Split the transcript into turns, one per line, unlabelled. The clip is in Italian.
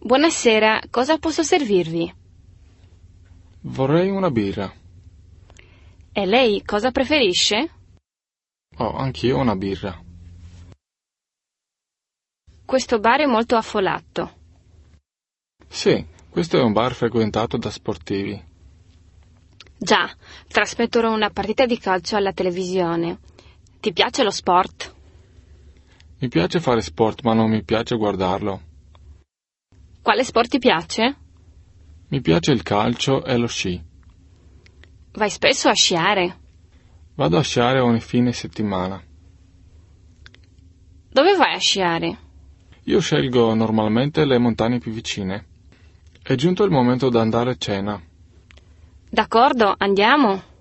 Buonasera, cosa posso servirvi?
Vorrei una birra.
E lei cosa preferisce?
Oh, anch'io una birra.
Questo bar è molto affollato.
Sì, questo è un bar frequentato da sportivi.
Già, trasmettono una partita di calcio alla televisione. Ti piace lo sport?
Mi piace fare sport, ma non mi piace guardarlo.
Quale sport ti piace?
Mi piace il calcio e lo sci.
Vai spesso a sciare.
Vado a sciare ogni fine settimana.
Dove vai a sciare?
Io scelgo normalmente le montagne più vicine. È giunto il momento di andare a cena.
D'accordo, andiamo.